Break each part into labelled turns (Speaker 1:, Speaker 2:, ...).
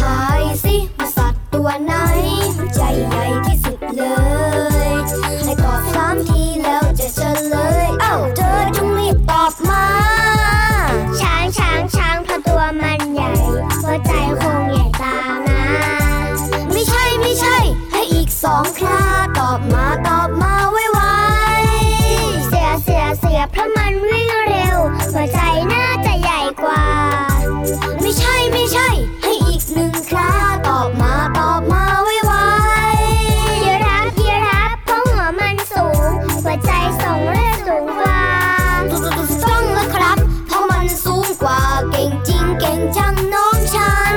Speaker 1: ทายสิว่าสัตว์ตัวไหน ใจใหญ่ที่สุดเลย ให้ตอบสามทีแล้วจะเฉลย เอ้าเธอจงรีบตอบมา
Speaker 2: ช้างช้างช้างเพราะตัวมันใหญ่หัวใจคงใหญ่ตามนะ
Speaker 1: ไม่ใช่ไม่ใช่ ให้อีกสองคราตอบมาตอบมาไวไว
Speaker 2: เสือเสือเสือเพราะมันวิ่งเร็ว หัวใจน่าจะใหญ่กว่า
Speaker 1: ๆไม่ใช่ไม่ใช่ ให้อีกหนึ่งคราตอบมาตอบมาไวไวๆ
Speaker 2: ยีราฟยีราฟเพราะหัวมันสูง หัวใจส่งเลือดสูงกว่า
Speaker 1: ถูกต้องแล้วครับ เพราะมันสูงกว่าเก่งจริงเก่งจังน้องฉัน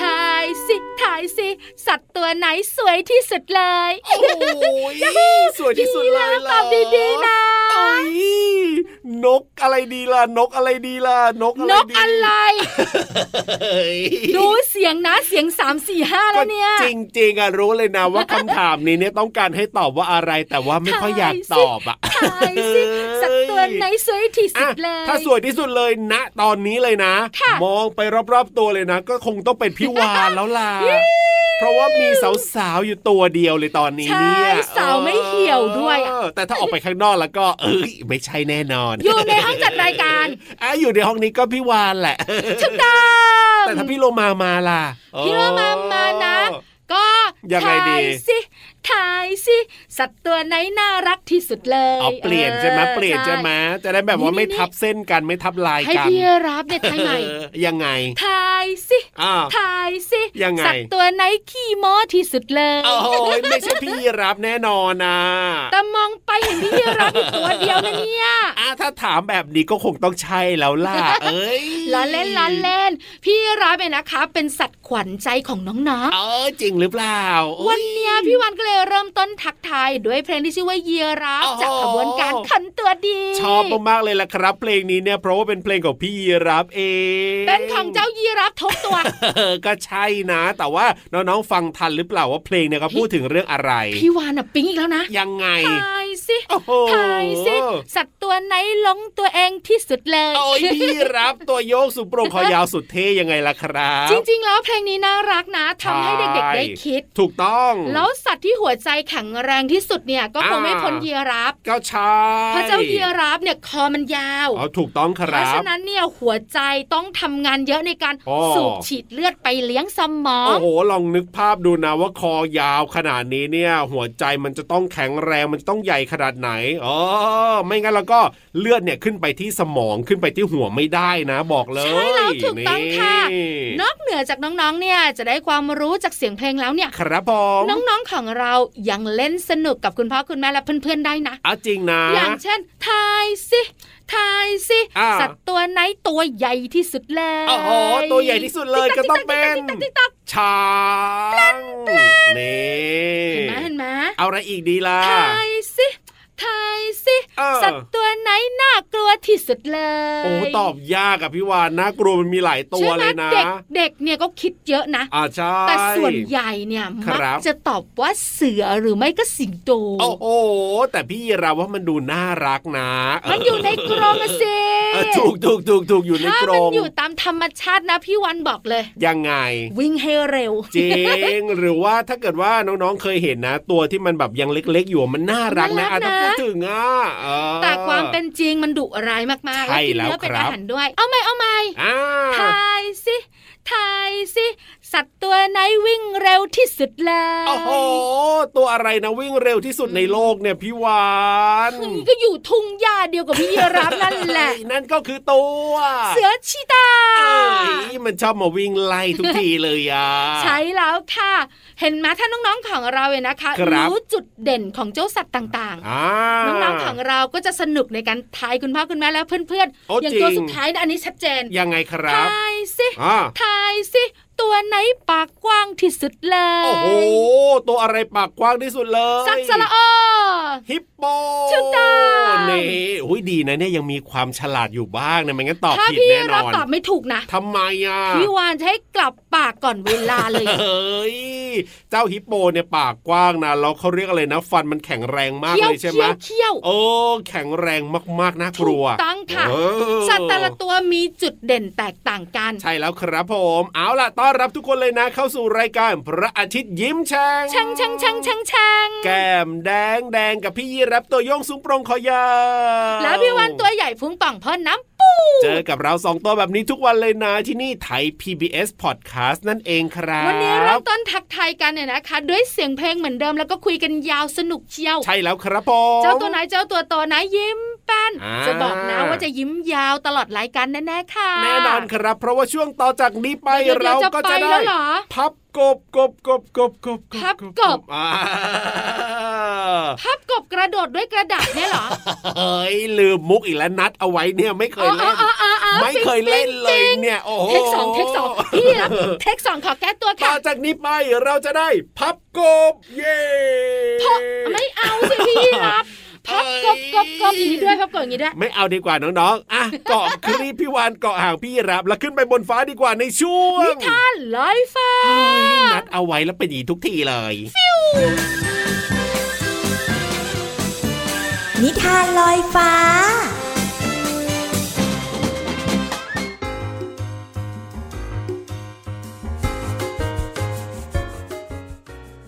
Speaker 3: ทายสิทายสิ สัตว์ตัวไหนสวยที่สุดเลย
Speaker 4: โอ้ยสวยที่สุดเลย
Speaker 3: ตอบดีๆนะ
Speaker 4: โอ้ยนกอะไรดีล่ะ นกอะไรดีล่ะ นกอะไร
Speaker 3: นก
Speaker 4: ดี
Speaker 3: อะไร
Speaker 4: เฮ้ย
Speaker 3: ดูเสียงนะเสียงสามสี่ห้าแล้วเนี่ย
Speaker 4: ก็จริงๆอ่ะรู้เลยนะว่าคำถามนี้เนี่ยต้องการให้ตอบว่าอะไรแต่ว่าไม่ค่อยอยากตอบอ่ะ
Speaker 3: ทายสิสัตว์ตัวไหนสวยที่สุ
Speaker 4: อ่ะ
Speaker 3: ดเลย
Speaker 4: ถ้าสวยที่สุดเลยณตอนนี้เลยนะ
Speaker 3: ค่ะ
Speaker 4: มองไปรอบๆตัวเลยนะ ก็คงต้องเป็นพี่วานแล้วล่ะ เพราะว่ามีสาวๆอยู่ตัวเดียวเลยตอนนี้เนี่ย
Speaker 3: ใช่สาวไม่เหี่ยวด้วยอะ
Speaker 4: เออแต่ถ้าออกไปข้างนอกแล้วก็เอ้ยไม่ใช่แน่นอน
Speaker 3: อยู่ในห้องจัดรายการ
Speaker 4: อ่ะอยู่ในห้องนี้ก็พี่วานแหละ
Speaker 3: ถูกต้อง
Speaker 4: แต่ถ้าพี่โลมามาล่ะ
Speaker 3: พี่ว่ามามานะ
Speaker 4: โอ้
Speaker 3: ก็
Speaker 4: ยังไง
Speaker 3: ถ่า
Speaker 4: ดี
Speaker 3: ยสิถ่ายสิสัตว์ตัวไหนน่ารักที่สุดเลย
Speaker 4: เอาเปลี่ยนใช่ไหม
Speaker 3: ออ
Speaker 4: เปลี่ยนใช่ไหม
Speaker 3: ใ
Speaker 4: จะได้แบบว่า
Speaker 3: นี่
Speaker 4: ไม่
Speaker 3: นี่
Speaker 4: ทับเส้นกันไม่ทับลาย
Speaker 3: ช่ให้
Speaker 4: กัน
Speaker 3: พี่รับเนี่ยทายใหม่
Speaker 4: เออยังไง
Speaker 3: ถ่ายสิ
Speaker 4: อ้าว
Speaker 3: ถ่ายสิ
Speaker 4: ยังไง
Speaker 3: สัตว์ตัวไหนขี้โม้ที่สุดเลย
Speaker 4: โอ้ยไม่ใช่พี่รับแน่นอนนะ
Speaker 3: แต่มองไปเห็นพี่รับอยู่ตัวเดียวนะเนี่ย
Speaker 4: อ่ะถ้าถามแบบนี้ก็คงต้องใช่แล้ว ล่ะ เอ้ย
Speaker 3: ล้อเล่นล้อเล่น พี่รับเนี่ยนะคะ เป็นสัตว์ขวัญใจของน้อง
Speaker 4: เออจริงหรือเปล่า
Speaker 3: ๆวันเนี้ยพี่วันก็เลยเริ่มต้นทักทายด้วยเพลงที่ชื่อว่าเยียราฟจากขบวนการขันตัวดี
Speaker 4: ชอบมากๆเลยล่ะครับ เพลงนี้เนี่ยเพราะว่าเป็นเพลงของพี่รับเอง
Speaker 3: เป็นของเจ้ายีรับทบ ตัว
Speaker 4: เออก็ใช่นะ แต่ว่าน้องๆฟังทันหรือเปล่าว่าเพลงเนี่ยเขาพูดถึงเรื่องอะไร
Speaker 3: พี่วานอ่ะปิ๊งอีกแล้วนะ
Speaker 4: ยังไง
Speaker 3: ทายสิ
Speaker 4: โอ้โห
Speaker 3: ทายสิสัตว์ตัวไหนหลงตัวเองที่สุดเลย
Speaker 4: โอ้ยพี่รับตัวโยกสุดโปร่งคอยาวสุดเท่ยังไงล่ะครับ
Speaker 3: จริง ๆ แล้วเพลงนี้น่ารักนะทำให้
Speaker 4: ใช่
Speaker 3: เด็กๆได้คิด
Speaker 4: ถูกต้อง
Speaker 3: แล้วสัตว์ที่หัวใจแข็งแรงที่สุดเนี่ยก็คง
Speaker 4: อ่า
Speaker 3: ไม่พ้นยีราฟ
Speaker 4: ก็ใช่
Speaker 3: เพราะเจ้ายีราฟเนี่ยคอมันยาว
Speaker 4: อ๋อถูกต้องค
Speaker 3: เพ
Speaker 4: รั
Speaker 3: ราะฉะ
Speaker 4: บ
Speaker 3: นั้นเนี่ยหัวใจต้องทำงานเยอะในการ
Speaker 4: อ๋อ
Speaker 3: สูบฉีดเลือดไปเลี้ยงสมอ
Speaker 4: โอ้
Speaker 3: ง
Speaker 4: โหลองนึกภาพดูนะว่าคอยาวขนาดนี้เนี่ย หัวใจมันจะต้องแข็งแรงมันจะต้องใหญ่ขนาดไหนอ๋อไม่งั้นแล้วก็เลือดเนี่ยขึ้นไปที่สมองขึ้นไปที่หัวไม่ได้นะ บอกเลย
Speaker 3: ใช่แล้วถูกต้องค่ะ
Speaker 4: นี่
Speaker 3: นอกเหนือจากน้องๆเนี่ยจะได้ความรู้จากเสียงเพลงแล้วเนี่ย
Speaker 4: ครับผม
Speaker 3: น้องๆ ของเรายังเล่นสนุกกับคุณพ่อคุณแม่และเพื่อนๆ ได้นะ
Speaker 4: เอาจริงนะ
Speaker 3: อย่างเช่น ทายสิทายสิ
Speaker 4: อ่า
Speaker 3: สัตว์ตัวไหนตัวใหญ่ที่สุดเลย
Speaker 4: โอ้โหตัวใหญ่ที่สุดเลยก็ต้องเป็น
Speaker 3: ติ๊กตักติ๊กตัก
Speaker 4: ช้างนี่
Speaker 3: เห็นไหมเห็นไหม
Speaker 4: เอาอะไรอีกดีล่ะ
Speaker 3: ทายสิทายสิ
Speaker 4: เออ
Speaker 3: สัตว์ตัวไหนน่ากลัวที่สุดเลย
Speaker 4: โอ้ตอบยากอะพี่วานนะกลัวมันมีหลายตัว
Speaker 3: ใช่ไหม
Speaker 4: เลยนะ
Speaker 3: เด็กเด็กเนี่ยก็คิดเยอะนะ
Speaker 4: อ่าใช่
Speaker 3: แต่ส่วนใหญ่เนี่ย
Speaker 4: ค
Speaker 3: มั
Speaker 4: รับ
Speaker 3: จะตอบว่าเสือหรือไม่ก็สิงโต
Speaker 4: โอ้โหแต่พี่เราว่ามันดูน่ารักนะ
Speaker 3: มันอยู่ในกรงอะสิ
Speaker 4: เออถูกถูกถูกถูกอยู่ใน
Speaker 3: ถ้าก
Speaker 4: ร
Speaker 3: มัน
Speaker 4: ง
Speaker 3: อยู่ตามธรรมชาตินะพี่วันบอกเลย
Speaker 4: ยังไง
Speaker 3: วิ่งให้เร็ว
Speaker 4: จริ ง หรือว่าถ้าเกิดว่าน้องๆเคยเห็นนะ ตัวที่มันแบบยังเล็ก ๆ อยู่มันน่ารักนะ
Speaker 3: น่ารักนะ
Speaker 4: อ่ะถ้าพูดถึงอ่ะเออ
Speaker 3: แต่ความเป็นจริงมันดุร้ายมากๆ
Speaker 4: ใช่
Speaker 3: และกิน
Speaker 4: แล้ว
Speaker 3: เนื้อเป็น
Speaker 4: ครับ
Speaker 3: อาหารด้วย เอาไหมเอาไหม
Speaker 4: อ่า
Speaker 3: ทายสิทายสิ สัตว์ตัวไหนวิ่งเร็วที่สุดเลย
Speaker 4: โอ้โห ตัวอะไรนะวิ่งเร็วที่สุดในโลกเนี่ยพี่วาน
Speaker 3: เฮ้ยก็อยู่ทุ่งหญ้าเดียวกับพี่ยีราฟนั่นแหละ
Speaker 4: เฮ้ยนั่นก็คือตัว
Speaker 3: เสือชีตา
Speaker 4: เอ้ยมันชอบมาวิ่งไล่ทุกทีเลยอ่ะ
Speaker 3: ใช้แล้วค่ะ เห็นไหมถ้าน้องๆของเราเนี่ยนะคะ
Speaker 4: ครับ
Speaker 3: จุดเด่นของเจ้าสัตว์ต่าง
Speaker 4: อ่า
Speaker 3: ๆ น้องๆของเราก็จะสนุกในการทายคุณพ่อคุณแม่แล้วเพื่อน
Speaker 4: โอ้
Speaker 3: ๆอย่างตัว
Speaker 4: จริง
Speaker 3: สุดท้ายนะอันนี้ชัดเจน
Speaker 4: ยังไงครับ
Speaker 3: ทายสิ
Speaker 4: อ่า
Speaker 3: ทายสิ ตัวไหนปากกว้างที่สุดเล
Speaker 4: โอ้โห
Speaker 3: ย
Speaker 4: ตัวอะไรปากกว้างที่สุดเลย
Speaker 3: สัตว์สละออ
Speaker 4: ฮิปโป
Speaker 3: ถูกต้อง
Speaker 4: นี่อุ้ยดีนะเนี่ยยังมีความฉลาดอยู่บ้างนะไม่งั้นตอบ
Speaker 3: ถ้า
Speaker 4: ผิด
Speaker 3: พี่
Speaker 4: แน่น
Speaker 3: รับ
Speaker 4: อน
Speaker 3: ตอบไม่ถูกนะ
Speaker 4: ทำไมอ่ะ
Speaker 3: พี่วานจะให้กลับปากก่อนเวลาเลย
Speaker 4: เฮ้ย เจ้าฮิปโปเนี่ยปากกว้างนะแล้วเขาเรียกอะไรนะ ฟันมันแข็งแรงมาก
Speaker 3: เคี้ยว
Speaker 4: เล
Speaker 3: ย
Speaker 4: ใช่ไหม
Speaker 3: เคี้ยวเคี้ยว
Speaker 4: โอ้แข็งแรงมากๆน่ากลัว
Speaker 3: ถูกต้องค่ะ
Speaker 4: เออ
Speaker 3: สัตว์แต่ละตัวมีจุดเด่นแตกต่างกัน
Speaker 4: ใช่แล้วครับผม เอาล่ะต้อนรับทุกคนเลยนะ เข้าสู่รายการพระอาทิตย์ยิ้มแฉ่ง
Speaker 3: ช่างช่างช่างช่างช่าง
Speaker 4: แก้มแดงแดงกับพี่ยีรับตัวโยงสูงโปรงคอยาว
Speaker 3: แล้วพี่วันตัวใหญ่พุงป่องพ่นน้ำปู
Speaker 4: เจอกับเราสองตัวแบบนี้ทุกวันเลยนะที่นี่ไทย PBS Podcast นั่นเองครับ
Speaker 3: วันนี้เริ่มต้นทักทายกันเนี่ยนะคะ ด้วยเสียงเพลงเหมือนเดิมแล้วก็คุยกันยาวสนุกเชียว
Speaker 4: ใช่แล้วครับผม
Speaker 3: เจ้าตัวไหนเจ้าตัวโตนะยิ้มแป้น
Speaker 4: อ่า
Speaker 3: จะบอกนะว่าจะยิ้มยาวตลอดรายการแน่ๆค่ะ
Speaker 4: แน่นอนครับ เพราะว่าช่วงต่อจากนี้ไป
Speaker 3: เดี๋ยวๆ
Speaker 4: เราก็จะ
Speaker 3: จะไปแล้
Speaker 4: ได้
Speaker 3: วเหรอ
Speaker 4: พับกบกบกบกบกบ
Speaker 3: พับกบ
Speaker 4: อ่า
Speaker 3: พับกบกระโดดด้วยกระดาษเนี่ยเหรอ
Speaker 4: เฮ้ยลืมมุกอีกแล้วนัดเอาไว้เนี่ยไม่เคยเล่น
Speaker 3: อ๋ออ๋ออ๋อ
Speaker 4: ไม่เคยเล่นเล
Speaker 3: จ
Speaker 4: ย
Speaker 3: ริงๆ
Speaker 4: เนี่ย โอ้โห
Speaker 3: เทคสองเทคสองพี่รับเทคสองขอแก้ตัว
Speaker 4: ต่
Speaker 3: ค่ะ
Speaker 4: อจากนี้ไปเราจะได้พับกบ เย้
Speaker 3: เพราะไม่เอาสิพี่รับพับกบกบกบอย่างนี้ด้วยพับกบอย่างนี้ด้วย
Speaker 4: ไม่เอาดีกว่าน้องๆอ่ะ เกาะคลีปพี่วานเกาะห่างพี่รับแล้วขึ้นไปบนฟ้าดีกว่าในช่วง
Speaker 3: นิทานลอยฟ้า
Speaker 4: เฮ้ยนัดเอาไว้แล้วเป็นอย่างนีทุกทีเลย
Speaker 1: นิทานลอยฟ้า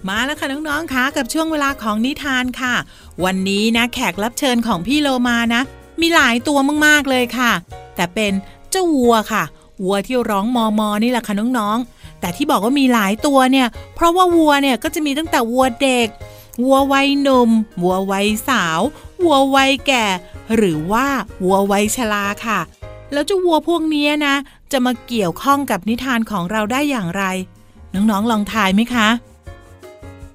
Speaker 5: มาแล้วค่ะน้องๆคะกับช่วงเวลาของนิทานค่ะ วันนี้นะแขกรับเชิญของพี่โลมานะ มีหลายตัวมากๆเลยค่ะ แต่เป็นเจ้าวัวค่ะวัวที่ร้องมอมอนี่แหละค่ะน้องๆแต่ที่บอกว่ามีหลายตัวเนี่ย เพราะว่าวัวเนี่ยก็จะมีตั้งแต่วัวเด็ก วัววัยหนุ่มวัววัยสาว วัววัยแก่ หรือว่าวัววัยชราค่ะ แล้วเจ้าวัวพวกเนี้ยนะ จะมาเกี่ยวข้องกับนิทานของเราได้อย่างไร น้องๆลองทายไหมคะ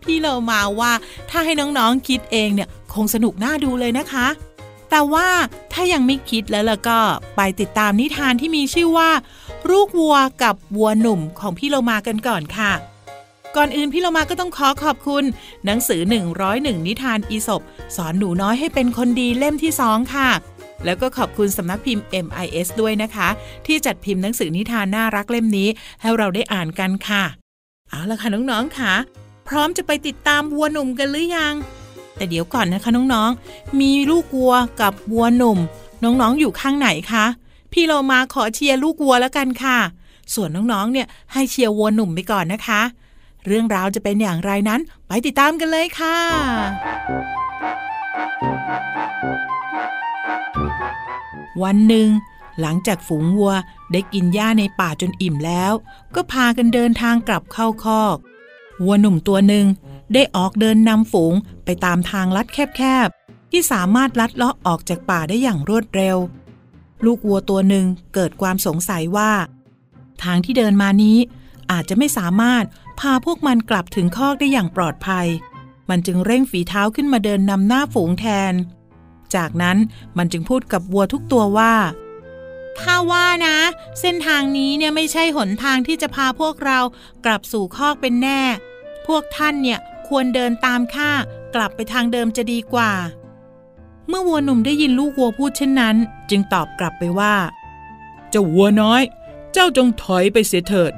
Speaker 5: พี่เรามาว่าถ้าให้น้องๆคิดเองเนี่ยคงสนุกน่าดูเลยนะคะ แต่ว่าถ้ายังไม่คิดแล้วล่ะก็ไปติดตามนิทานที่มีชื่อว่า ลูกวัวกับวัวหนุ่มของพี่เรามากันก่อนค่ะ ก่อนอื่นพี่เรามาก็ต้องขอขอบคุณ หนังสือ 101 นิทานอีสบสอนหนูน้อยให้เป็นคนดีเล่มที่สองค่ะ แล้วก็ขอบคุณสำนักพิมพ์ MIS ด้วยนะคะ ที่จัดพิมพ์หนังสือนิทานน่ารักเล่มนี้ ให้เราได้อ่านกันค่ะ เอาละค่ะน้องๆค่ะ พร้อมจะไปติดตามวัวหนุ่มกันหรือยัง แต่เดี๋ยวก่อนนะคะน้องๆ มีลูกวัวกับวัวหนุ่ม น้องๆอยู่ข้างไหนคะ พี่เรามาขอเชียร์ลูกวัวแล้วกันค่ะ ส่วนน้องๆ เนี่ยให้เชียร์วัวหนุ่มไปก่อนนะคะ เรื่องราวจะเป็นอย่างไรนั้นไปติดตามกันเลยค่ะ วันหนึ่ง หลังจากฝูงวัวได้กินหญ้าในป่าจนอิ่มแล้ว ก็พากันเดินทางกลับเข้าคอก วัวหนุ่มตัวหนึ่งได้ออกเดินนำฝูงไปตามทางลัดแคบๆ ที่สามารถลัดเลาะออกจากป่าได้อย่างรวดเร็ว ลูกวัวตัวหนึ่งเกิดความสงสัยว่า ทางที่เดินมานี้ อาจจะไม่สามารถพาพวกมันกลับถึงคอกได้อย่างปลอดภัย มันจึงเร่งฝีเท้าขึ้นมาเดินนำหน้าฝูงแทน จากนั้นมันจึงพูดกับวัวทุกตัวว่า ข้าว่านะ เส้นทางนี้เนี่ยไม่ใช่หนทางที่จะพาพวกเรากลับสู่คอกเป็นแน่ พวกท่านเนี่ยควรเดินตามข้ากลับไปทางเดิมจะดีกว่า เมื่อวัวหนุ่มได้ยินลูกวัวพูดเช่นนั้น จึงตอบกลับไปว่า เจ้าวัวน้อย เจ้าจงถอยไปเสียเถิด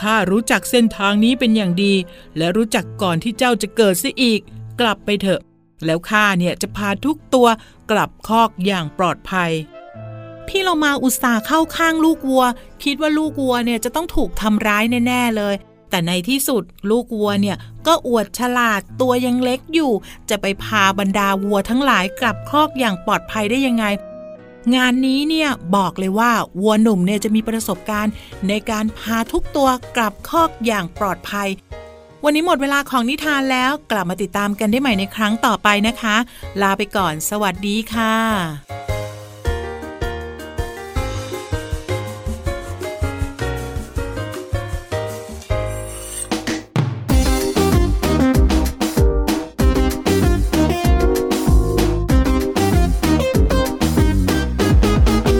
Speaker 5: ข้ารู้จักเส้นทางนี้เป็นอย่างดี และรู้จักก่อนที่เจ้าจะเกิดเสียอีก กลับไปเถอะ แล้วข้าเนี่ยจะพาทุกตัวกลับคอกอย่างปลอดภัย พี่เรามาอุตส่าห์เข้าข้างลูกวัว คิดว่าลูกวัวเนี่ยจะต้องถูกทำร้ายแน่ๆเลย แต่ในที่สุดลูกวัวเนี่ยก็อวดฉลาดตัวยังเล็กอยู่ จะไปพาบรรดาวัวทั้งหลายกลับคอกอย่างปลอดภัยได้ยังไง งานนี้เนี่ยบอกเลยว่าวัวหนุ่มเนี่ยจะมีประสบการณ์ ในการพาทุกตัวกลับคอกอย่างปลอดภัย วันนี้หมดเวลาของนิทานแล้วกลับมาติดตามกันได้ใหม่ในครั้งต่อไปนะคะ ลาไปก่อน สวัสดีค่ะ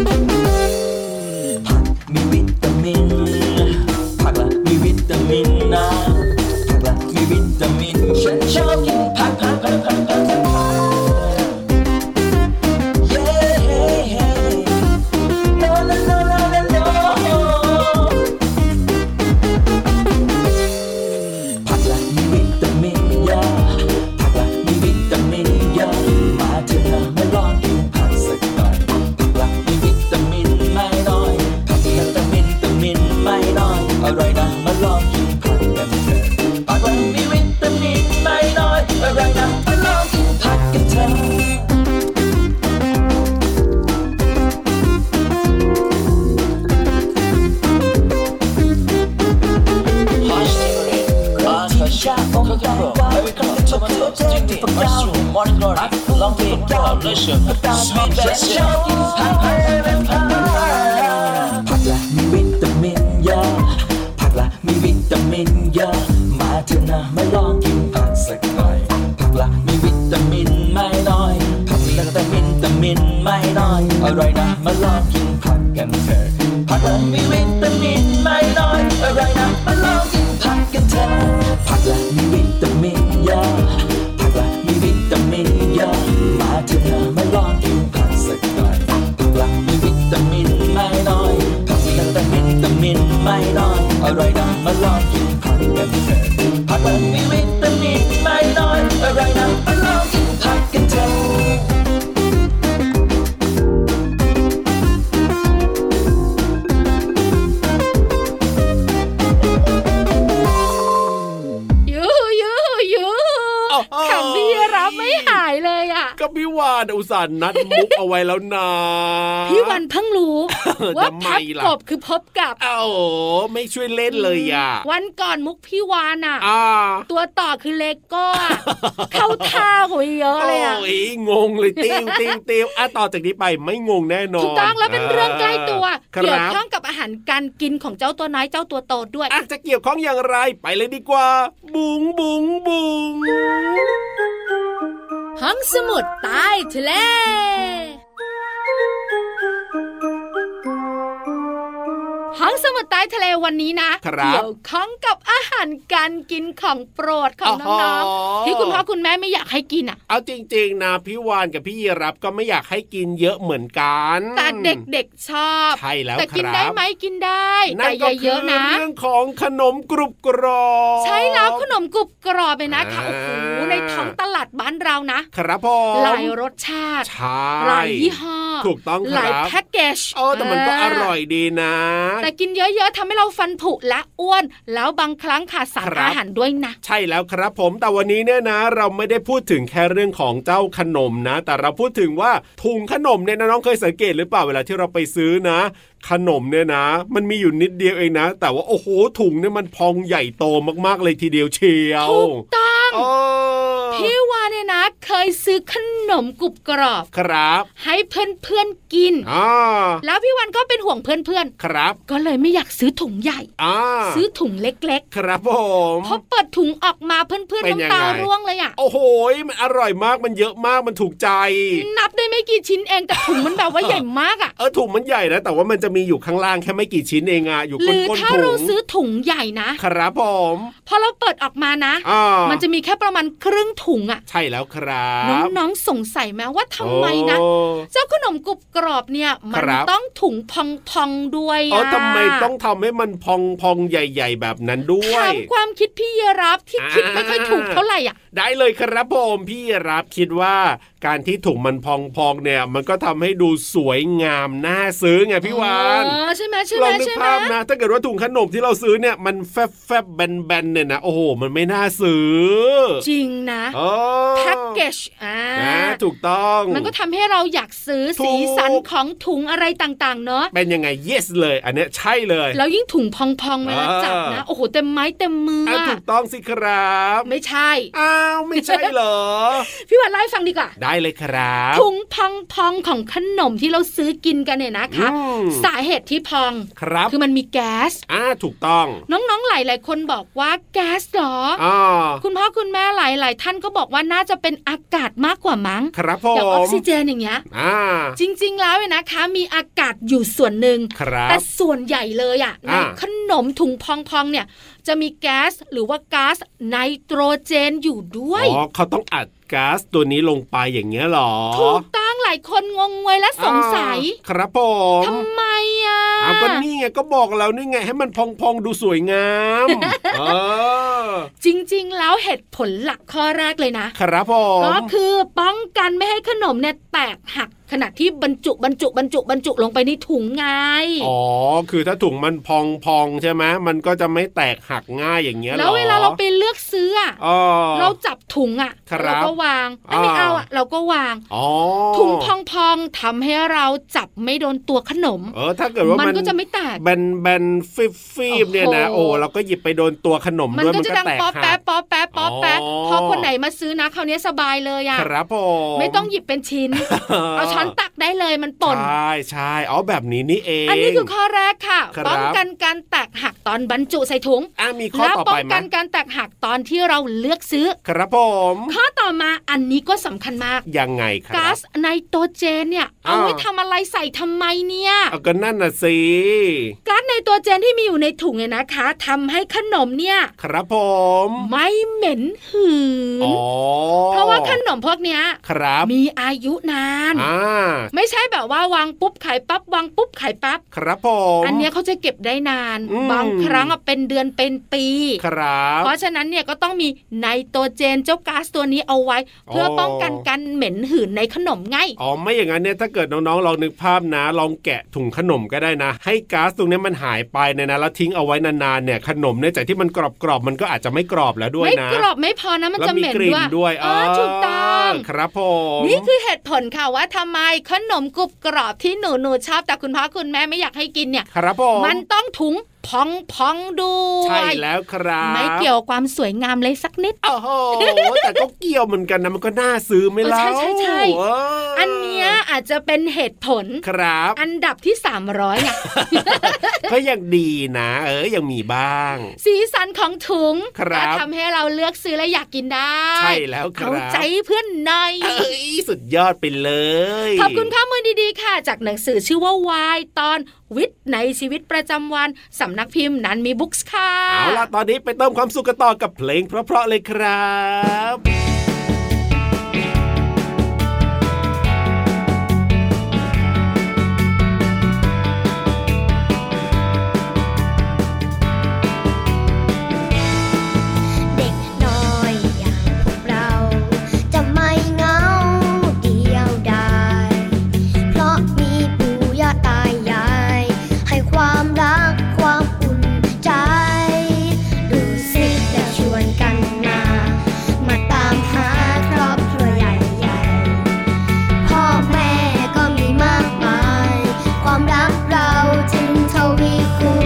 Speaker 6: ผักมีวิตามิน ผักละมีวิตามินนะผักละมีวิตามิน ฉันชอบกินผักผักผักผักผักผักผักเย้เฮ้เฮ้ No no no no no no ผักละมีวิตามินเยอะผักละมีวิตามินเยอะมาเถอะนะมาลองกินผักสักหน่อย ผักละมีวิตามินไม่น้อย ผักละตามินตามินไม่น้อย อร่อยนะมาลองกินผักกันเถอะผักละมีวิตามินไม่น้อย อร่อยนะมาลองกินผักกันเถอะ ผักละมีวิตามินเยอะผักละมีวิตามินเยอะมาเถอะนะมาลองกินผักสักหน่อย ผักละมีวิตามินไม่น้อย ผักละวิตามินตามินไม่น้อย อร่อยนะมาลองกินผักกันเถอะ ผักละมีวิตามินไม่น้อย อร่อยนะมาลองกินผักกันเถอะ ผักละมีวิตามินเยอะผักละมีวิตามินเยอะมาเถอะนะมาลองกินผักสักหน่อย ผักละมีวิตามินไม่น้อย ผักละวิตามินตามินไม่น้อย อร่อยนะมาลองกินผักกันเถอะ ผักละมีวิตามินไม่น้อย อร่อยนะมาลองกินผักกันเถอะ
Speaker 3: ยูยูยูขำพี่รับไม่หายเลยอ่ะ
Speaker 4: ก็พี่วานอุตส่าห์นัดมุกเอาไว้แล้วนะ
Speaker 3: พี่วันเพิ่งรู้ ว่า
Speaker 4: ทำไม
Speaker 3: พับ
Speaker 4: ล่ะ
Speaker 3: กบคือพบกับ
Speaker 4: เอ้าโหไม่ช่วยเล่นเลยอ่ะ
Speaker 3: วันก่อนมุกพี่วานอ่ะ
Speaker 4: อ่า
Speaker 3: ตัวต่อคือเลโก้ อะ เข้าท่าหุยเยอะเลยอ่ะ
Speaker 4: โอ้ยงงเลยติ้วติ้วติ้วอ่ะต่อจากนี้ไปไม่งงแน่นอน
Speaker 3: ถูกต้องแล้วเป็นเรื่องใกล้ตัว
Speaker 4: ค
Speaker 3: เกี่ยว
Speaker 4: รับ
Speaker 3: ข้องกับอาหารการกินของเจ้าตัวน้อยเจ้าตัวโตด้วย
Speaker 4: อาจจะเกี่ยวข้องอย่างไรไปเลยดีกว่า บุ๋งบุ๋งบุ๋ง
Speaker 3: ห้องสมุดใต้ทะเล ห้องสมุดใต้ทะเลวันนี้นะ
Speaker 4: ครับ
Speaker 3: เกี่ยวข้องกับอาหารการกินของโปรดของน้องๆ ที่คุณพ่อคุณแม่ไม่อยากให้กินอ่ะ
Speaker 4: เอาจริง ๆ นะพี่วานกับพี่ยีรับก็ไม่อยากให้กินเยอะเหมือนกัน
Speaker 3: แต่เด็กๆชอบ
Speaker 4: ใช่แล้ว
Speaker 3: แต่กิน
Speaker 4: ครับ
Speaker 3: ได้ไหมกินได้
Speaker 4: นั่
Speaker 3: แต่
Speaker 4: น
Speaker 3: อ
Speaker 4: ก็
Speaker 3: ย่า
Speaker 4: คื
Speaker 3: เยอะนะ
Speaker 4: เรื่องของขนมกรุบกรอบ
Speaker 3: ใช่แล้วขนมกรุบกรอบเลยนะคะ
Speaker 4: อ่า
Speaker 3: โอ้โหในท้องตลาดบ้านเรานะครับ
Speaker 4: ผม
Speaker 3: หลายรสชาติ
Speaker 4: ใช่
Speaker 3: หลายยี่ห้อ
Speaker 4: ถูกต้อง
Speaker 3: ห
Speaker 4: ค
Speaker 3: ลาย
Speaker 4: รับ
Speaker 3: แพ็กเกจ
Speaker 4: เออแต่มันก็อร่อยดีนะ
Speaker 3: แต่กินเยอะๆทำให้เราฟันผุและอ้วน แล้วบางครั้งขาดสาร
Speaker 4: ครับ
Speaker 3: อาหารด้วยนะ
Speaker 4: ใช่แล้วครับผมแต่วันนี้เนี่ยนะ เราไม่ได้พูดถึงแค่เรื่องของเจ้าขนมนะ แต่เราพูดถึงว่าถุงขนมเนี่ยนะน้องเคยสังเกตหรือเปล่าเวลาที่เราไปซื้อนะ ขนมเนี่ยนะ มันมีอยู่นิดเดียวเองนะ แต่ว่าโอ้โหถุงเนี่ยมันพองใหญ่โตมากๆเลยทีเดียวเชียว
Speaker 3: ถูกต้อง
Speaker 4: เออ
Speaker 3: พี่วานเนี่ยนะ เคยซื้อขนมกรุบกรอบ
Speaker 4: ครับ
Speaker 3: ให้เพื่อนๆกิน
Speaker 4: อ่า
Speaker 3: แล้วพี่วานก็เป็นห่วงเพื่อน
Speaker 4: ครับ
Speaker 3: ๆ ก็เลยไม่อยากซื้อถุงใหญ่
Speaker 4: อ่า
Speaker 3: ซื้อถุงเล็ก
Speaker 4: ครับผม
Speaker 3: ๆพอเปิดถุงออกมาเพื่อน
Speaker 4: เป็
Speaker 3: ๆ
Speaker 4: นยัง
Speaker 3: น้ำตา
Speaker 4: ไง
Speaker 3: ร่วงเลยอ่ะ
Speaker 4: โอ้โหมันอร่อยมากมันเยอะมากมันถูกใจ
Speaker 3: นับได้ไม่กี่ชิ้นเองแต่ถุงมันแบบว่า ใหญ่มากอะ
Speaker 4: เออถุงมันใหญ่นะแต่ว่ามันจะมีอยู่ข้างล่างแค่ไม่กี่ชิ้นเองอะอยู่
Speaker 3: ห
Speaker 4: ก้น
Speaker 3: รือ
Speaker 4: ก้น
Speaker 3: ถ้า
Speaker 4: ถุ
Speaker 3: เรา
Speaker 4: ง
Speaker 3: ซื้อถุงใหญ่นะครับ
Speaker 4: ผม
Speaker 3: พอเราเปิดออกมานะ
Speaker 4: อ่า
Speaker 3: มันจะมีแค่ประมาณครึ่งถุงอะ
Speaker 4: ใช่แล้วครับ
Speaker 3: น้องๆสงสัยไหมว่าทำไมนะ
Speaker 4: โอ้
Speaker 3: เจ้าขนมกรุบกรอบเนี่ย มั
Speaker 4: ครับ
Speaker 3: ต้องถุงพองๆด้วย
Speaker 4: เอ
Speaker 3: อะ
Speaker 4: อทำไมต้องทำให้มันพองพองใหญ่ ๆ แบบนั้นด้วย
Speaker 3: ถามความคิดพี่เยรับที่
Speaker 4: อ่า
Speaker 3: คิดไม่ค่อยถูกเท่าไหร่อ่ะ
Speaker 4: ได้เลยครับผมพี่รับคิดว่าการที่ถุงมันพองพองๆเนี่ย มันก็ทำให้ดูสวยงามน่าซื้อไงพี่วาน
Speaker 3: เออใช่ไหมใช่
Speaker 4: ล
Speaker 3: ไหม
Speaker 4: องนึก
Speaker 3: ใช่ไหม
Speaker 4: ภาพนะ ถ้าเกิดว่าถุงขนมที่เราซื้อเนี่ยมันแฟบแฟบๆแบนแบนๆเนี่ยนะโอ้โห มันไม่น่าซื้อ
Speaker 3: จริงนะ
Speaker 4: เออ
Speaker 3: แพ็กเกจอ่า
Speaker 4: นะถูกต้อง
Speaker 3: มันก็ทำให้เราอยากซื้อสีสัน
Speaker 4: ถูก
Speaker 3: ของถุงอะไรต่างๆ เนอะ
Speaker 4: เป็นยังไง yes เลย อันเนี้ยใช่เลย
Speaker 3: แล้วยิ่งถุงพองๆเวลา
Speaker 4: อ่า
Speaker 3: จับนะ โอ้โหเต็มไม้เต็มมือ
Speaker 4: อ่ะ
Speaker 3: อะ
Speaker 4: ถูกต้องสิครับ
Speaker 3: ไม่ใช่
Speaker 4: อ้าวไม่ใช่เหร อ
Speaker 3: พี่วันเล่าให้ฟังดีกว่า
Speaker 4: ได้เลยครับ
Speaker 3: ถุงพองๆของขนมที่เราซื้อกินกันเนี่ยนะคะ
Speaker 4: อืม
Speaker 3: สาเหตุที่พอง
Speaker 4: ครับ
Speaker 3: คือมันมีแก๊ส
Speaker 4: อ่าถูกต้อง
Speaker 3: น้องๆหลายๆคนบอกว่าแก๊สเหรออ
Speaker 4: อ่า
Speaker 3: คุณพ่อคุณแม่หลาย ๆ ท่านก็บอกว่าน่าจะเป็นอากาศมากกว่ามั้ง
Speaker 4: ครับผ
Speaker 3: อย่างออ
Speaker 4: ม
Speaker 3: กซิเจนอย่างเงี้ย
Speaker 4: อ่า
Speaker 3: จริง ๆ แล้วเนี่ยนะคะ มีอากาศอยู่ส่วนหนึ่ง
Speaker 4: ครั
Speaker 3: แต่
Speaker 4: บ
Speaker 3: ส่วนใหญ่เลยอะใน
Speaker 4: อ่า
Speaker 3: ขนมถุงพองๆเนี่ย จะมีแก๊สหรือว่าก๊าซไนโตรเจนอยู่ด้วย
Speaker 4: อ๋อเขาต้องอัดก๊าซตัวนี้ลงไปอย่างเงี้ยเหรอ
Speaker 3: ถูกต้องหลายคนงงงวยและสงสัย
Speaker 4: อ่าครับผม
Speaker 3: ทำไมอะ
Speaker 4: อ้าวก็นี่ไงก็บอกแล้วนี่ไงให้มันพองๆดูสวยง ามเออ
Speaker 3: จริง ๆ แล้วเหตุผลหลักข้อแรกเลยนะ
Speaker 4: ครับผม
Speaker 3: ก็คือป้องกันไม่ให้ขนมเนี่ยแตกหักขณะที่บรรจุบรรจุบรรจุบรรจุลงไปในถุงไง
Speaker 4: อ๋อ คือถ้าถุงมันพองพองๆใช่ไหมมันก็จะไม่แตกหักง่ายอย่างเงี้ยหรอ
Speaker 3: แล้วเวลาเราไปเลือกซื้ออะ
Speaker 4: อ๋อ
Speaker 3: เราจับถุงอะ
Speaker 4: ครับ
Speaker 3: เราก็วางถ้าไม่
Speaker 4: อ่า
Speaker 3: เอาอะเราก็วาง
Speaker 4: อ๋อ
Speaker 3: ถุงพองๆทำให้เราจับไม่โดนตัวขนม
Speaker 4: เออ ถ้าเกิดว่า
Speaker 3: มั
Speaker 4: มัน
Speaker 3: ก็จะไม่แตก
Speaker 4: แบนแบนฟีบฟีบ
Speaker 3: โอ้โห
Speaker 4: เนี่ยนะ โอ้ เราก็หยิบไปโดนตัวขนม
Speaker 3: มัน
Speaker 4: ด้วย
Speaker 3: ก็
Speaker 4: มัน
Speaker 3: จะ
Speaker 4: ก็
Speaker 3: ดัง
Speaker 4: แตก
Speaker 3: ป๊อป
Speaker 4: หั
Speaker 3: แป๊ะ
Speaker 4: ก
Speaker 3: ป๊อปแป๊ะป๊อปแป๊ะ
Speaker 4: อ๋อ
Speaker 3: พอคนไหนมาซื้อนะคราวนี้สบายเลยอะ
Speaker 4: ครับผม
Speaker 3: ไม่ต้องหยิบเป็นชิ้น เอาช้อนตักได้เลยมันป่น
Speaker 4: ใช่ใช่อ๋อแบบนี้นี่เอง
Speaker 3: อันนี้คือข้อแรกค่ะ
Speaker 4: ครับ
Speaker 3: ป้องกันการแตกหักตอนบรรจุใส่ถุง
Speaker 4: อ่ะมีข้อ
Speaker 3: และ
Speaker 4: ต่อ
Speaker 3: ป้
Speaker 4: ไป
Speaker 3: อง
Speaker 4: ไหม
Speaker 3: กันการแตกหักตอนที่เราเลือกซื้อ
Speaker 4: ครับผม
Speaker 3: ข้อต่อมาอันนี้ก็สำคัญมาก
Speaker 4: ยังไงครั
Speaker 3: ก๊า
Speaker 4: บ
Speaker 3: ซไนโตรเจนเนี่ย
Speaker 4: อ้า
Speaker 3: เอา
Speaker 4: ว
Speaker 3: ไว้ทำอะไรใส่ทำไมเนี่ย
Speaker 4: เอาก็นั่นน่ะสิ
Speaker 3: ก๊าซไนโตรเจนที่มีอยู่ในถุงเนี่ยนะคะทำให้ขนมเนี่ย
Speaker 4: ครับผม
Speaker 3: ไม่เหม็นหืน
Speaker 4: อ๋อ
Speaker 3: เพราะว่าขนมพวกเนี้ย
Speaker 4: ครับ
Speaker 3: มีอายุนาน
Speaker 4: อ่า
Speaker 3: ไม่ใช่แบบว่าวางปุ๊บขายปั๊บวางปุ๊บขายปั๊บ
Speaker 4: ครับผม
Speaker 3: อันเนี้ยเขาจะเก็บได้นาน
Speaker 4: อืม
Speaker 3: บางครั้งอะเป็นเดือนเป็นปี
Speaker 4: ครับ
Speaker 3: เพราะฉะนั้นเนี่ยก็ต้องมีไนโตรเจนเจ้าก๊าซตัวนี้เอาไว้ เพื่อป้องกันการเหม็นหืนในขนมไง
Speaker 4: อ๋อไม่อย่างนั้นเนี่ยถ้าเกิดน้องๆลองนึกภาพนะ ลองแกะถุงขนมก็ได้นะ ให้ก๊าซตรงเนี้ยมันหายไปเนี่ยนะแล้วทิ้งเอาไว้นานๆเนี่ยขนมเนี่ยจากที่มันกรอบๆมันก็อาจจะไม่กรอบแล้วด้วย
Speaker 3: ไม่
Speaker 4: นะ
Speaker 3: กรอบไม่พอนะมัน
Speaker 4: แล้ว
Speaker 3: จะเห
Speaker 4: มี
Speaker 3: ม็น
Speaker 4: กลิ่
Speaker 3: ด้
Speaker 4: น
Speaker 3: วย
Speaker 4: ด้วย
Speaker 3: เออถูกต้อง
Speaker 4: ครับผม
Speaker 3: นี่คือเหตุผลค่ะว่าทำไมขนมกรุบกรอบที่หนูหนูๆชอบแต่คุณพ่อคุณแม่ไม่อยากให้กินเนี่ย
Speaker 4: ครับผม
Speaker 3: มันต้องถุงพองพองๆด้วย
Speaker 4: ใช่แล้วครับ
Speaker 3: ไม่เกี่ยวความสวยงามเลยสักนิด
Speaker 4: โอ้โหแต่ก็เกี่ยวเหมือนกันนะมันก็น่าซื้อไหม่
Speaker 3: เออ
Speaker 4: เล่า
Speaker 3: ใช่ใช่ใช่
Speaker 4: เ
Speaker 3: อันเนี้ยอาจจะเป็นเหตุผล
Speaker 4: ครับ
Speaker 3: อันดับที่ 300ไง
Speaker 4: ก็ยังดีนะ เออยังมีบ้าง
Speaker 3: สีสันของถุง
Speaker 4: ครับ
Speaker 3: จะทำให้เราเลือกซื้อและอยากกินได้
Speaker 4: ใช่แล้วค
Speaker 3: เอา
Speaker 4: รับ
Speaker 3: ใจเพื่อนหน่อย
Speaker 4: เอ้ยสุดยอดไปเลย
Speaker 3: ขอบคุณข้อมูลดีๆ ค่ะ จากหนังสือชื่อว่าวายตอนวิทย์ในชีวิตประจำวันสำนักพิมพ์นันมีบุ๊กส์ค่ะ
Speaker 4: เอาล่ะ ตอนนี้ไปเติมความสุขกันต่อกับเพลงเพราะๆเลยครับ
Speaker 2: เด็กน้อยอย่างพวกเรา จะไม่เหงาเดียวดายเพราะมีปู่ย่าตายาย ให้ความรักความอุ่นใจ ดูสิจะชวนกันมา มาตามหาครอบครัวใหญ่ๆ พ่อแม่ก็มีมากมาย ความรักเราจึงทวีคู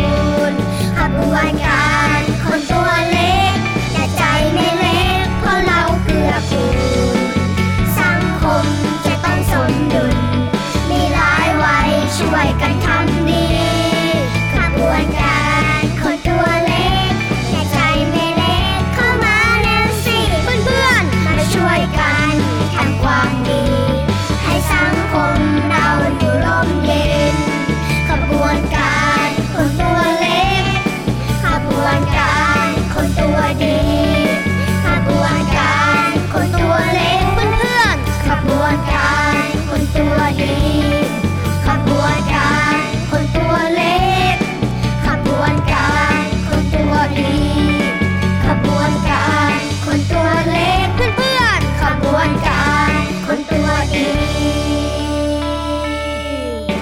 Speaker 2: ณขบวนการคนตัวเล็ก แต่ใจไม่เล็กเพราะเราเกือกูลสังคมจะต้องสมดุล มีหลายวัยช่วยกันทำดีขบวนการคนตัวเล็ก แต่ใจไม่เล็กเข้ามาแล้วสิเพื่อนๆมาช่วยกันทำความดี ให้สังคมเราอยู่ร่มเย็น ขบวนการคนตัวเล็ก ขบวนการคนตัวดี ขบวนการคนตัวเล็กเพื่อนๆขบวนการคนตัวดี ขบวนการคนตัวเล็ก ขบวนการคนตัวดี ขบวนการคนตัวเล็กเพื่อนๆขบวนการคนตัวดี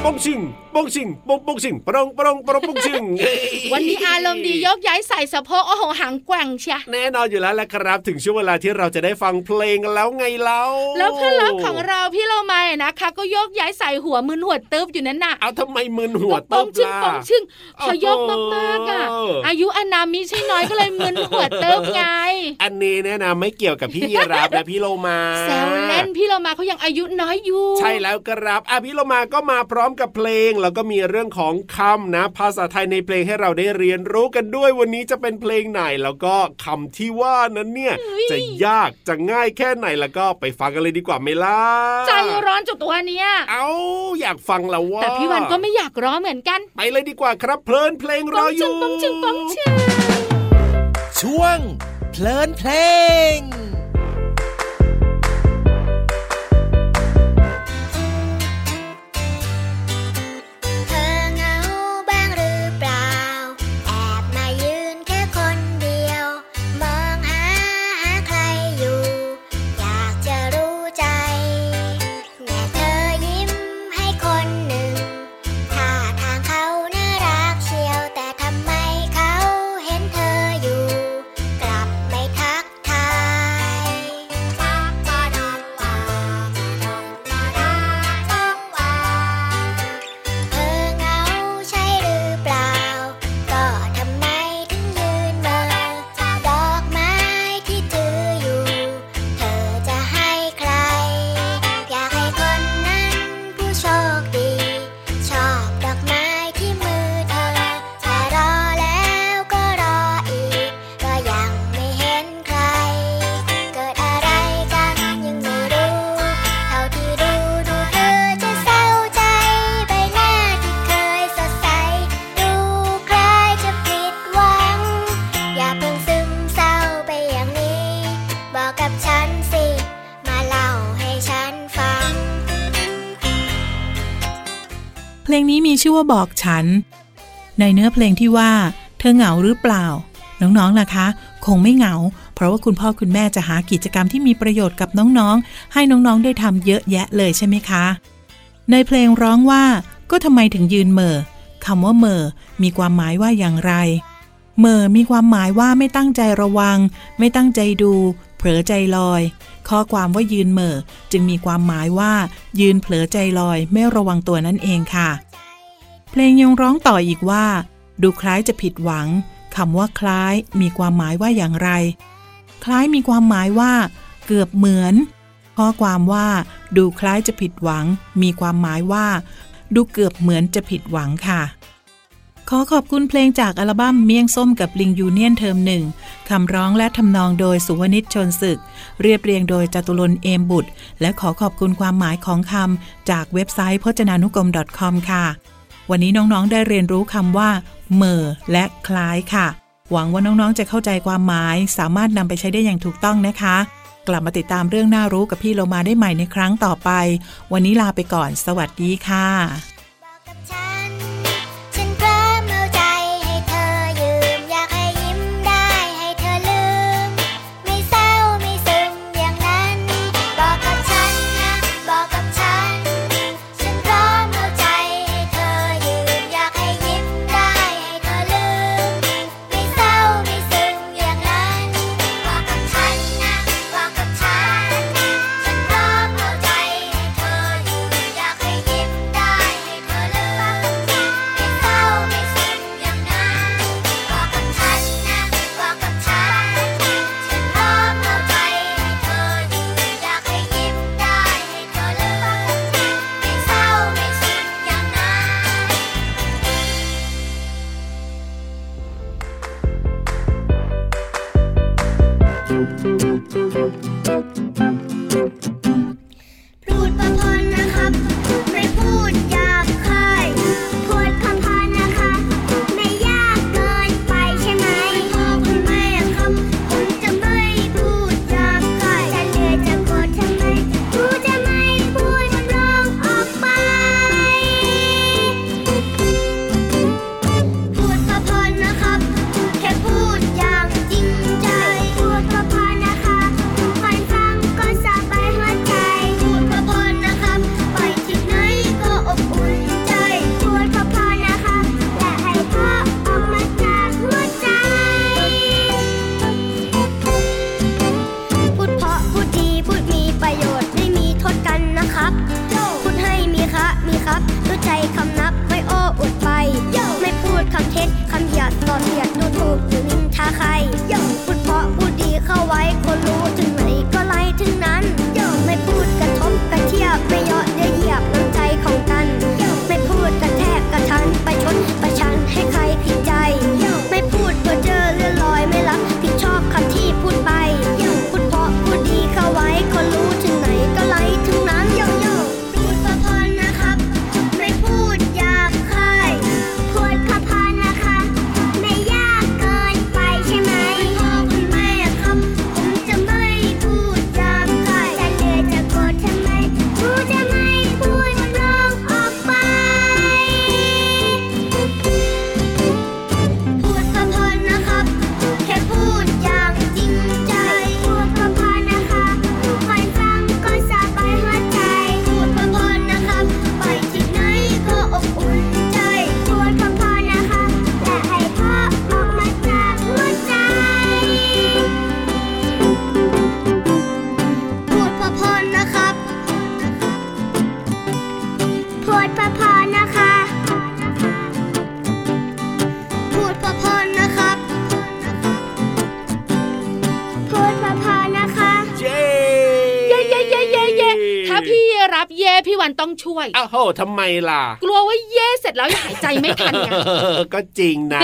Speaker 4: ป้อมชิง ป้องชิงป้องป้องชิงปรองปรองปรองป้องชิงเฮ้ย
Speaker 3: วันนี้อารมณ์ดียกย้ายใส่สะโพกโอ้โหหางแกว่งเชีย
Speaker 4: แน่นอนอยู่แล้วแหละครับ ถึงช่วงเวลาที่เราจะได้ฟังเพลงกันแล้วไงเล่า
Speaker 3: แล้วเพื่อนรักของเราพี่เรามาเนี่ยนะคะ ก็ยกย้ายใส่หัวมึนหัวเติบอยู่นั่นน่ะ
Speaker 4: เอาทำไมมึนหัว
Speaker 3: ป
Speaker 4: เติ
Speaker 3: ง
Speaker 4: บ
Speaker 3: ชึ่ง
Speaker 4: ล่ะ
Speaker 3: ปงชึ่งพอ
Speaker 4: โอ้โห
Speaker 3: ยกมากๆอ่ะอายุอานามมีใช่น้อยก็เลยมึนหัวเติบไง
Speaker 4: อันนี้เนี่ยนะไม่เกี่ยวกับพี่ยีราฟและพี่โลมา
Speaker 3: แซวเล่นพี่เรามาเขายังอายุน้อยอยู่
Speaker 4: ใช่แล้วครับอ่ะพี่เรามาก็มาพร้อมกับเพลง แล้วก็มีเรื่องของคำนะ ภาษาไทยในเพลงให้เราได้เรียนรู้กันด้วยวันนี้จะเป็นเพลงไหน แล้วก็คำที่ว่านั้นเนี่ย จะยากจะง่ายแค่ไหนแล้วก็ไปฟังกันเลยดีกว่าไหมล่ะ
Speaker 3: ใจร้อนจุดตัวเนี้ย
Speaker 4: เอาอยากฟังแล้วว่า
Speaker 3: แต่พี่วันก็ไม่อยากร้อนเหมือนกัน
Speaker 4: ไปเลยดีกว่าครับเพลินเพลงร
Speaker 3: ป
Speaker 4: อง อ
Speaker 3: ชึ่
Speaker 4: ยู่
Speaker 3: งปงชึ่งปงชึ่ง
Speaker 7: ช่วง เพลินเพลง
Speaker 2: เธอเหงาบ้างหรือเปล่า แอบมายืนแค่คนเดียว มองหาใครอยู่ อยากจะรู้ใจ แม่เธอยิ้มให้คนหนึ่ง ท่าทางเขาน่ารักเชียว แต่ทำไมเขาเห็นเธออยู่ กลับไม่ทักทายปาปาดองปาปาดองปาดาต้องปา เธอเหงาใช่หรือเปล่า ก็ทำไมถึงยืนเมื่อดอกไม้ที่ถืออยู่ เธอจะให้ใคร อยากให้คนนั้นผู้โชคดี ชอบดอกไม้ที่มือเธอ แต่รอแล้วก็รออีก ก็ยังไม่เห็นใคร เกิดอะไรกันยังไม่รู้ เท่าที่ดูดูเธอจะเศร้าใจ ใบหน้าที่เคยสดใส ดูคล้ายจะผิดหวัง อย่าเพิ่งซึมเศร้าไปอย่างนี้ บอกกับฉันสิ มาเล่าให้ฉันฟัง
Speaker 5: เพลงนี้มีชื่อว่าบอกฉัน ในเนื้อเพลงที่ว่า เธอเหงาหรือเปล่า น้องๆล่ะคะ คงไม่เหงา เพราะว่าคุณพ่อคุณแม่จะหากิจกรรมที่มีประโยชน์กับน้องๆ ให้น้องๆได้ทำเยอะแยะเลยใช่ไหมคะ ในเพลงร้องว่า ก็ทำไมถึงยืนเหมอคำว่าเหมอมีความหมายว่าอย่างไร เหมอมีความหมายว่าไม่ตั้งใจระวัง ไม่ตั้งใจดู เผลอใจลอย ข้อความว่ายืนเหมอจึงมีความหมายว่า ยืนเผลอใจลอย ไม่ระวังตัวนั่นเองค่ะ เพลงยังร้องต่ออีกว่า ดูคล้ายจะผิดหวังคำว่าคล้าย มีความหมายว่าอย่างไร คล้ายมีความหมายว่า เกือบเหมือน ข้อความว่า ดูคล้ายจะผิดหวัง มีความหมายว่า ดูเกือบเหมือนจะผิดหวังค่ะ ขอขอบคุณเพลงจากอัลบั้มเมี่ยงส้มกับลิงยูเนียนเทอมหนึ่งคำร้องและทำนองโดยสุวนิชชนศึก เรียบเรียงโดยจตุรนเอมบุตร และขอขอบคุณความหมายของคำจากเว็บไซต์พจนานุกรม .com ค่ะ วันนี้น้องๆได้เรียนรู้คำว่าเหม่อและคล้ายค่ะ หวังว่าน้องๆจะเข้าใจความหมาย สามารถนำไปใช้ได้อย่างถูกต้องนะคะ กลับมาติดตามเรื่องน่ารู้กับพี่โลมาได้ใหม่ในครั้งต่อไป วันนี้ลาไปก่อน สวัสดีค่ะ
Speaker 2: บอกกับฉัน ฉันพร้อมเอาใจให้เธอยืม อยากให้ยิ้มได้ให้เธอลืม ไม่เศร้าไม่ซึมอย่างนั้น บอกกับฉันนะบอกกับฉัน ฉันพร้อมเอาใจให้เธอยืม อยากให้ยิ้มได้ให้เธอลืม ไม่เศร้าไม่ซึมอย่างนั้น บอกกับฉันนะบอกกับฉัน ฉันพร้อมเอาใจให้เธอยืม อยากให้ยิ้มได้ให้
Speaker 3: ได้รับเย่พี่วันต้องช่วย
Speaker 4: อ้าวโหทำไมล่ะ
Speaker 3: กลัวว่าเย่เสร็จแล้วหายใจไม่ทันไง
Speaker 4: ก็จริง นะ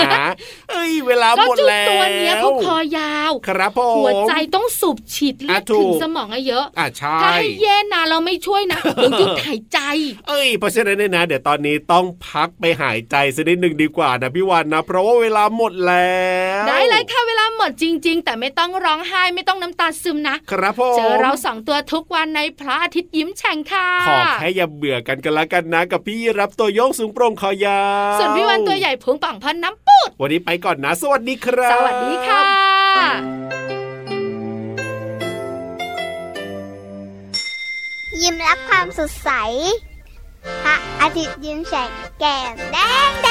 Speaker 4: เอ้ย เวลา
Speaker 3: ก็
Speaker 4: หมด
Speaker 3: จุด
Speaker 4: แล้ว
Speaker 3: ตัวเนี้ยเขาคอยาว
Speaker 4: ครับผม
Speaker 3: หัวใจต้องสูบฉีดเลือด
Speaker 4: อ่ะถู
Speaker 3: ถึ
Speaker 4: ก
Speaker 3: งสมองอะเยอะ
Speaker 4: อ่ะใช่
Speaker 3: ถ้าให้เย่นานเราไม่ช่วยนะ เดี๋ยวหยุดหายใจ
Speaker 4: เอ้ยเพราะฉะนั้นเนี่ยนะ เดี๋ยวตอนนี้ต้องพักไปหายใจสักนิดหนึ่งดีกว่านะพี่วันนะ เพราะว่าเวลาหมดแล้ว
Speaker 3: ได้เลยค่ะเวลาหมดจริง ๆ แต่ไม่ต้องร้องไห้ไม่ต้องน้ำตาซึมนะ
Speaker 4: ครับผม
Speaker 3: เจอเราสองตัวทุกวันในพระอาทิตย์ยิ้มแฉ่งค่ะ
Speaker 4: ขอแค่อย่าเบื่อกันกันละกันนะ กับพี่รับตัวโยงสูงโปร่งคอยาว
Speaker 3: ส่วนพี่วันตัวใหญ่พุงป่องพอนน้ำปูด
Speaker 4: วันนี้ไปก่อนนะ สวัสดีครับ
Speaker 3: สวัสดีค่ะ
Speaker 2: ยิ้มรับความสดใส พระอาทิตย์ยิ้มแฉกแก้มแดงแด